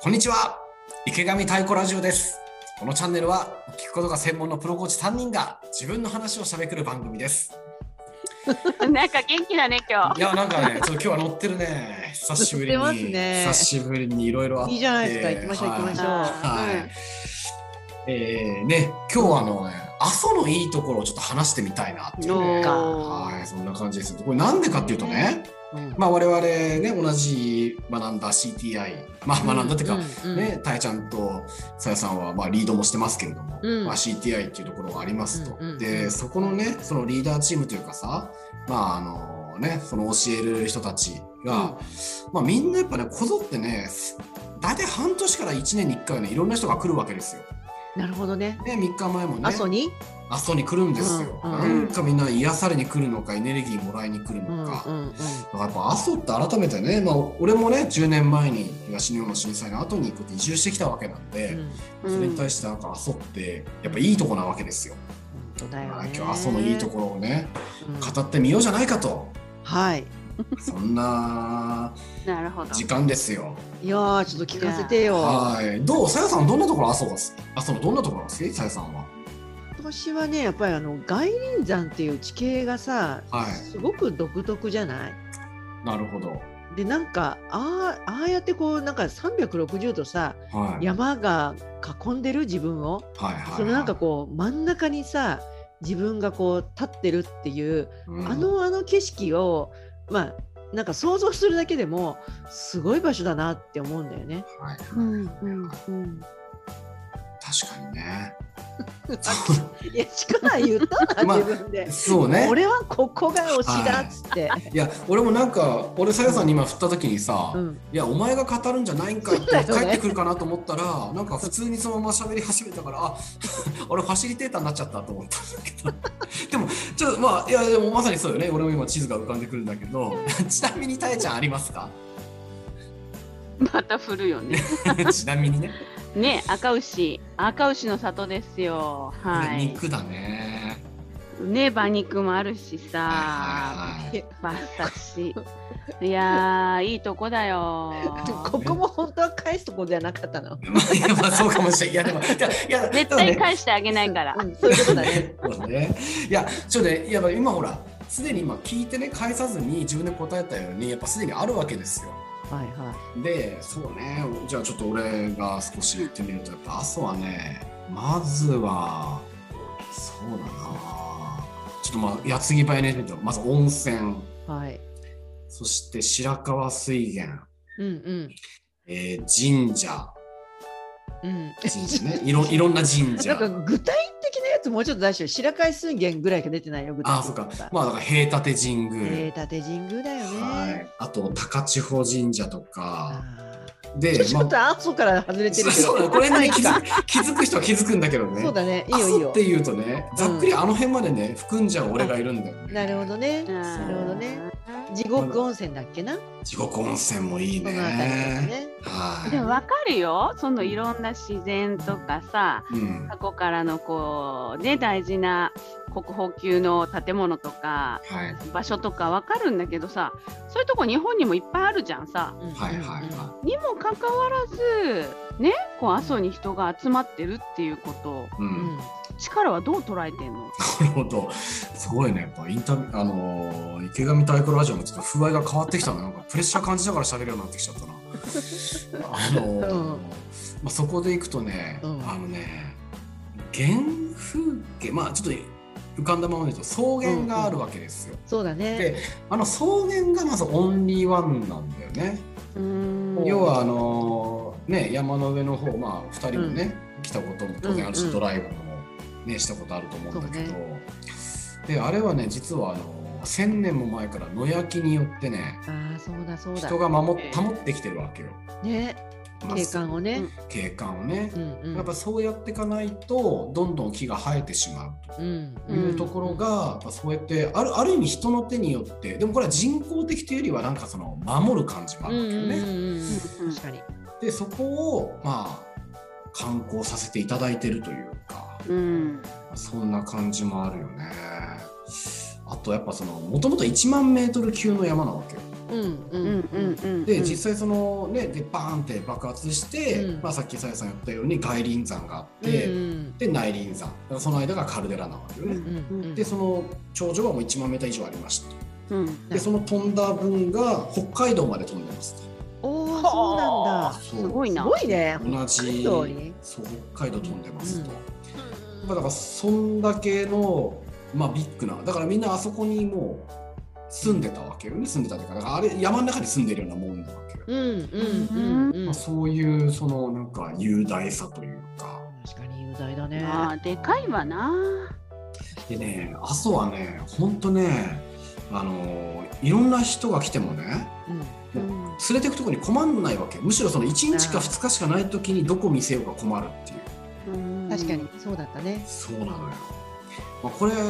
こんにちは池上太鼓ラジオですこのチャンネルは聞くことが専門のプロコーチ3人が自分の話をしゃべくる番組です なんか元気だね今いやなんかねちょっと今日は乗ってるね久しぶり乗ってますに、ね久しぶりにいろいろあっていいじゃないですか行きましょうはい行きましょうはい、うんえーね今日はあのね阿蘇のいいところをちょっと話してみたいなっていうねおーはいそんな感じですこれなんでかっていうとね、まあ我々ね同じ学んだ CTI まあ学んだっていうか、うんね、たえちゃんとさやさんはまあリードもしてますけれども、うんまあ、CTI っていうところがありますと、うんうんうんでそこのねそのリーダーチームというかさまああのねその教える人たちが、まあみんなやっぱねこぞってね大体半年から1年に1回ねいろんな人が来るわけですよ。なるほどね。ね3日前もね阿蘇に。阿蘇に来るんですよ。うんうんなんかみんな癒されに来るのかエネルギーもらいに来るのか。んうん。だからやっぱ阿蘇って改めてね、まあ、俺もね10年前に東日本の震災の後にこうやって移住してきたわけなんで、うん日、それにうん対してなんか阿蘇ってやっぱいいとこなわけですよ。本当だまよあね。今日阿蘇のいいところをねうん語ってみようじゃないかとはい。そん ななるほど時間ですよ。いやーちょっと聞かせてよ。はい。どうさやさんどんなところ阿蘇が好き？阿蘇のどんなところが好き？さやさんは。私はねやっぱりあの外輪山っていう地形がさ、はいすごく独特じゃない。なるほど。でなんかああああやってこうなんか360度さはい。山が囲んでる自分をはいはいはい。そのなんかこう真ん中にさ自分がこう立ってるっていううんあのあの景色をまあなんか想像するだけでもすごい場所だなって思うんだよね。はいうんうんうん確かにね。いや力言ったな、まあ自分で。そうね。俺はここが推しだっつって。いや俺もなんか俺さやさんに今振った時にさ、うん、いやお前が語るんじゃないんかいってそうだよ帰ねってくるかなと思ったら、なんか普通にそのまま喋り始めたからあ 俺ファシリテーターになっちゃったと思ったんだけどでもちょっとまあいやでもまさにそうよね俺も今地図が浮かんでくるんだけ どちなみにたえちゃんありますか また振るよねちなみにね、ね赤牛赤牛の里ですよはい肉だねね馬肉もあるしさはいはいはい馬刺しいやーいいとこだ よここも本当は返すとこじゃなかったの。まあい やまあそうかもしれないいやでもいやいや絶でもね対返してあげないから、うんそういうこ とだね。そうね。いや、ちょっとね、いや、今ほら、すでに今聞いてね、返さずに自分で答えたように、やっぱすでにあるわけですよ。はいはで、そうね、じゃあちょっと俺が少し言ってみると、やっぱ阿蘇はね、まずは、そうだなちょっとまあ、矢継ぎ早に言ってみると、まず温泉、い。はい。そして白川水源、うんうん。えー神社、うん。神社 ね、いろいろんな神な社ん。か具体的なやつもうちょっと出してよ白海水源ぐらいしか出てないよ具体ああ、的そうなかやつ。はまあ、だから平立神宮。えー、縦神宮だよね。はい、あと高千穂神社とかあでーちょっまあと阿蘇から外れてるけど。そうだこれねい気かづ気づく人は気づくんだけどねそうだね。いい阿よいい蘇よって。いうとねざっくりあの辺までね含んじゃう俺がいるんだよねなるほどね。なるほどね。地獄温泉だっけな。こ地獄温泉もいいの辺りですねね。はでも分かるよそのいろんな自然とかさい、うん、過去からのこうね大事な国宝級の建物とかはい場所とか分かるんだけどさそういうとこ日本にもいっぱいあるじゃんさうんはいはいうんうんはにもかかわらずねこう阿蘇に人が集まってるっていうことい、うんうん力はどう捉えてんのなるほどすごいねやっぱインタビューあのー池上太鼓ラジオもちょっと風合いが変わってきたななんかプレッシャー感じながら喋るようになってきちゃったな あのーうんまあ、そこでいくとね、うんあのね原風景まあちょっと浮かんだままで言うと草原があるわけですよ、そうだね。であの草原がまずオンリーワンなんだよね、要はあのーね山の上の方まあ2人もね、来たことも当然あるし、うんうんドライブもねしたことあると思うんだけど、そうであれはね実はあの1,000年も前から野焼きによってねああ、そうだそうだ人。が守っええ保ってきてるわけよ、ね。まあ景観をね。景観をねう。んうん。やっぱそうやっていかないとどんどん木が生えてしまううんというところが、やっぱそうやってあるある意味人の手によってでもこれは人工的というよりはなんかその守る感じもあうんるわけよね。うんうんうんうん確かに。でそこをまあ観光させていただいてるというかうんそんな感じもあるよねあとやっぱそのもともと1万メートル級の山なわけようんううんんうんうんでうん実際そのねでバーンって爆発して、うんまあ、さっきさやさん言ったように外輪山があっうて、んで内輪山だからその間がカルデラなわけよね。うんうんでその頂上はもう1万メーター以上ありましたうんはいでその飛んだ分が北海道まで飛んでますおおそうなんだそすごいすなごいね同北じ海道にそう北海道飛んでますと、うんまあだからそんだけの、まあ、ビッグなだからみんなあそこにもう住んでたわけよね住んでたというかだからあれ山の中に住んでるようなもんなわけよ、うんうんうんうまんあ、そういうそのなんか雄大さというか確かに雄大だねまあでかいわなでね阿蘇はねほんとねあのいろんな人が来てもねうんうん連れてくとこに困んないわけむしろその1日か2日しかない時にどこ見せようか困るっていううん確かにそうだったねそうなのよ、まあ、これがあ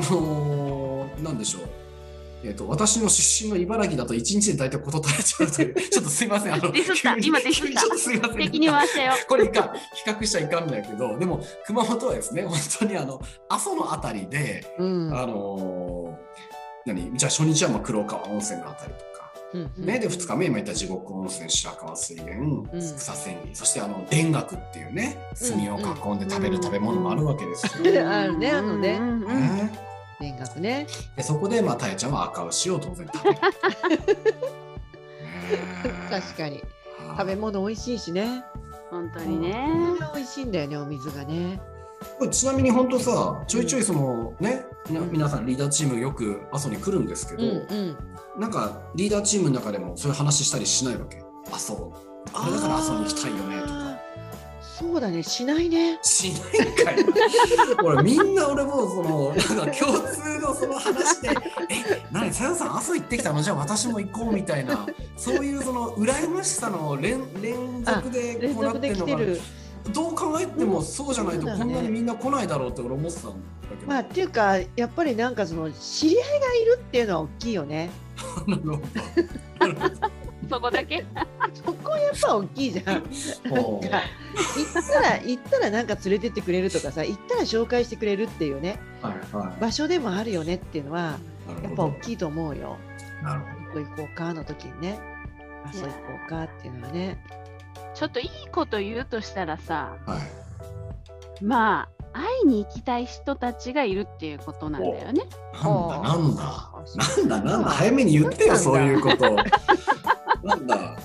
のーなんでしょうえっと私の出身の茨城だと1日で大体事足りちゃうという ちょっとすいませんあのディスった急に今ディスった急に ちょっとすいません敵に回した よこれいかん比較しちゃいかんないけどでも熊本はですね本当にあの阿蘇のあたりで、うんあのー何じゃあ初日はまあ黒川温泉のあたりとかうんうんね、で2日目今言った地獄温泉白川水源、うん草千里そしてあの田楽っていうね炭を囲んで食べる食べ物もあるわけですよ。あるねあのねうんうんうんね勉学ねでそこでまあたえちゃんは赤牛を当然 食べる。確かにに食べ物美味しいしね本当にね美味しいんだよねお水がねこれちなみに本当さちょいちょいそのね、みな皆さんリーダーチームよく阿蘇に来るんですけうんど、うんなんかリーダーチームの中でもそういう話したりしないわけ阿蘇あれだから阿蘇に行きたいよねとか。あーそうだねしないねしないんかいな俺みんな俺もうそのなんか共通のその話で「え何さよさん朝行ってきたのじゃあ私も行こう」みたいなそういうその羨ましさの連連続で連こうなっ続てでる来のてがるどう考えてもそうじゃないとそうだねこんなにみんな来ないだろうって俺思ってたんだけど、 まあっていうかやっぱりなんかその知り合いがいるっていうのは大きいよねなるほどそこだけそこやっぱ大きいじゃんほうなんか行ったら行ったらなんか連れてってくれるとかさ行ったら紹介してくれるっていうねはいは場所でもあるよねっていうのはないやっるぱほ大どきいと思うよ。なるほここ行こうかの時にねあそう行こうかっていうのはねちょっといいこと言うとしたらさどはいまあ会いに行きたい人たちがいるっていうことなんだよねなんだなんだあなんだなんだ早めに言ってよそうそうないんうことなんだ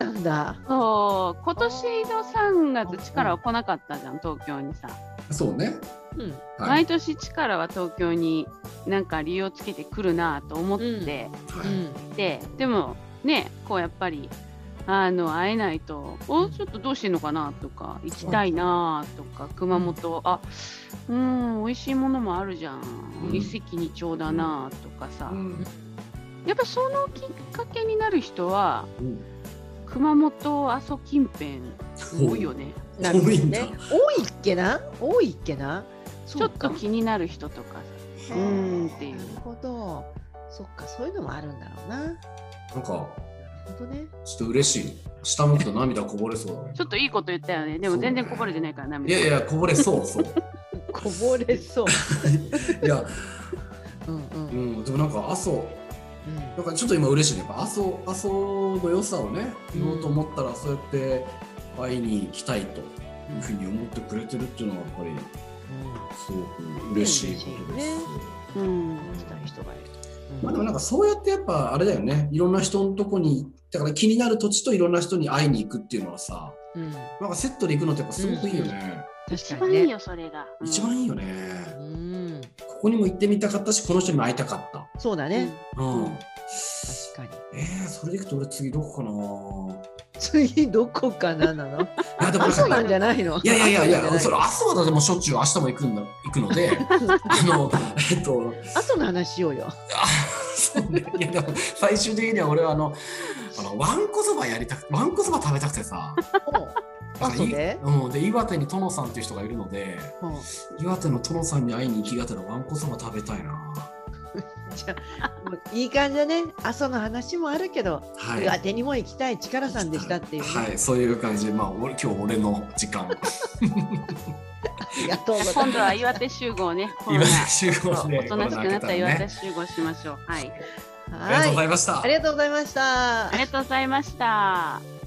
なんだそう今年の3月力は来なかったじゃん東京にさそうねうんはい毎年力は東京になんか理由をつけてくるなと思ってはういんででもねこうやっぱりあの会えないとおちょっとどうしてんのかなとか行きたいなとか熊本あうん美味しいものもあるじゃんうん一石二鳥だなとかさうんやっぱそのきっかけになる人はうん熊本阿蘇近辺多いよねなるほど多いんだね多いっけな多いっけなちそょうっとか気になる人とかうーんっていうなるほどそっかそういうのもあるんだろうななるなんかほどねちょっと嬉しい。下向くと涙こぼれそうだねちょっといいこと言ったよねでも全然こぼれてないからい涙やいやこぼれそう そう。こぼれそういやうんうんううんんでもなんか阿蘇なんかちょっと今嬉しいね。やっぱ阿蘇阿蘇の良さをね言おうと思ったらそうやって会いに行きたいというふうに思ってくれてるっていうのはやっぱりすごく嬉しいことです。ねうんうん行きたい人がいるまあでもなんかそうやってやっぱあれだよね。いろんな人のとこにだから気になる土地といろんな人に会いに行くっていうのはさ、うんなんかセットで行くのってやっぱすごくいいよね。一確か番にいいねよそれが一番いいよね。うんここにも行ってみたかったし、この人にも会いたかった。そうだねうん。確かにえー、それでいくと俺次どこかな次どこかななのあでもな阿ん蘇かなんじゃないのいやいやいやい阿蘇なんじゃなや、それ阿蘇だでもしょっちゅう明日も行くんだ行くので、 あのえっと阿蘇の話しようよそうねいやでも最終的には俺はあのあのわんこそばやりたくわんこそば食べたくて さ、阿蘇でだからいうんで岩手に殿さんっていう人がいるので、うん岩手の殿さんに会いに行きがてらわんこそば食べたいな。じゃあもういい感じだね阿蘇の話もあるけどはい。岩手にも行きたい力さんでしたっていうねはい、そういう感じで、まあ、俺、今日俺の時間。ありがとうございます今度は岩手集合ね。コ ロ今ナ集合そうおで、となしくコなったロナ明けら岩ね手集合しましょう。はい。ありがとうごはざいいました。ありがとうございましたありがとうございました。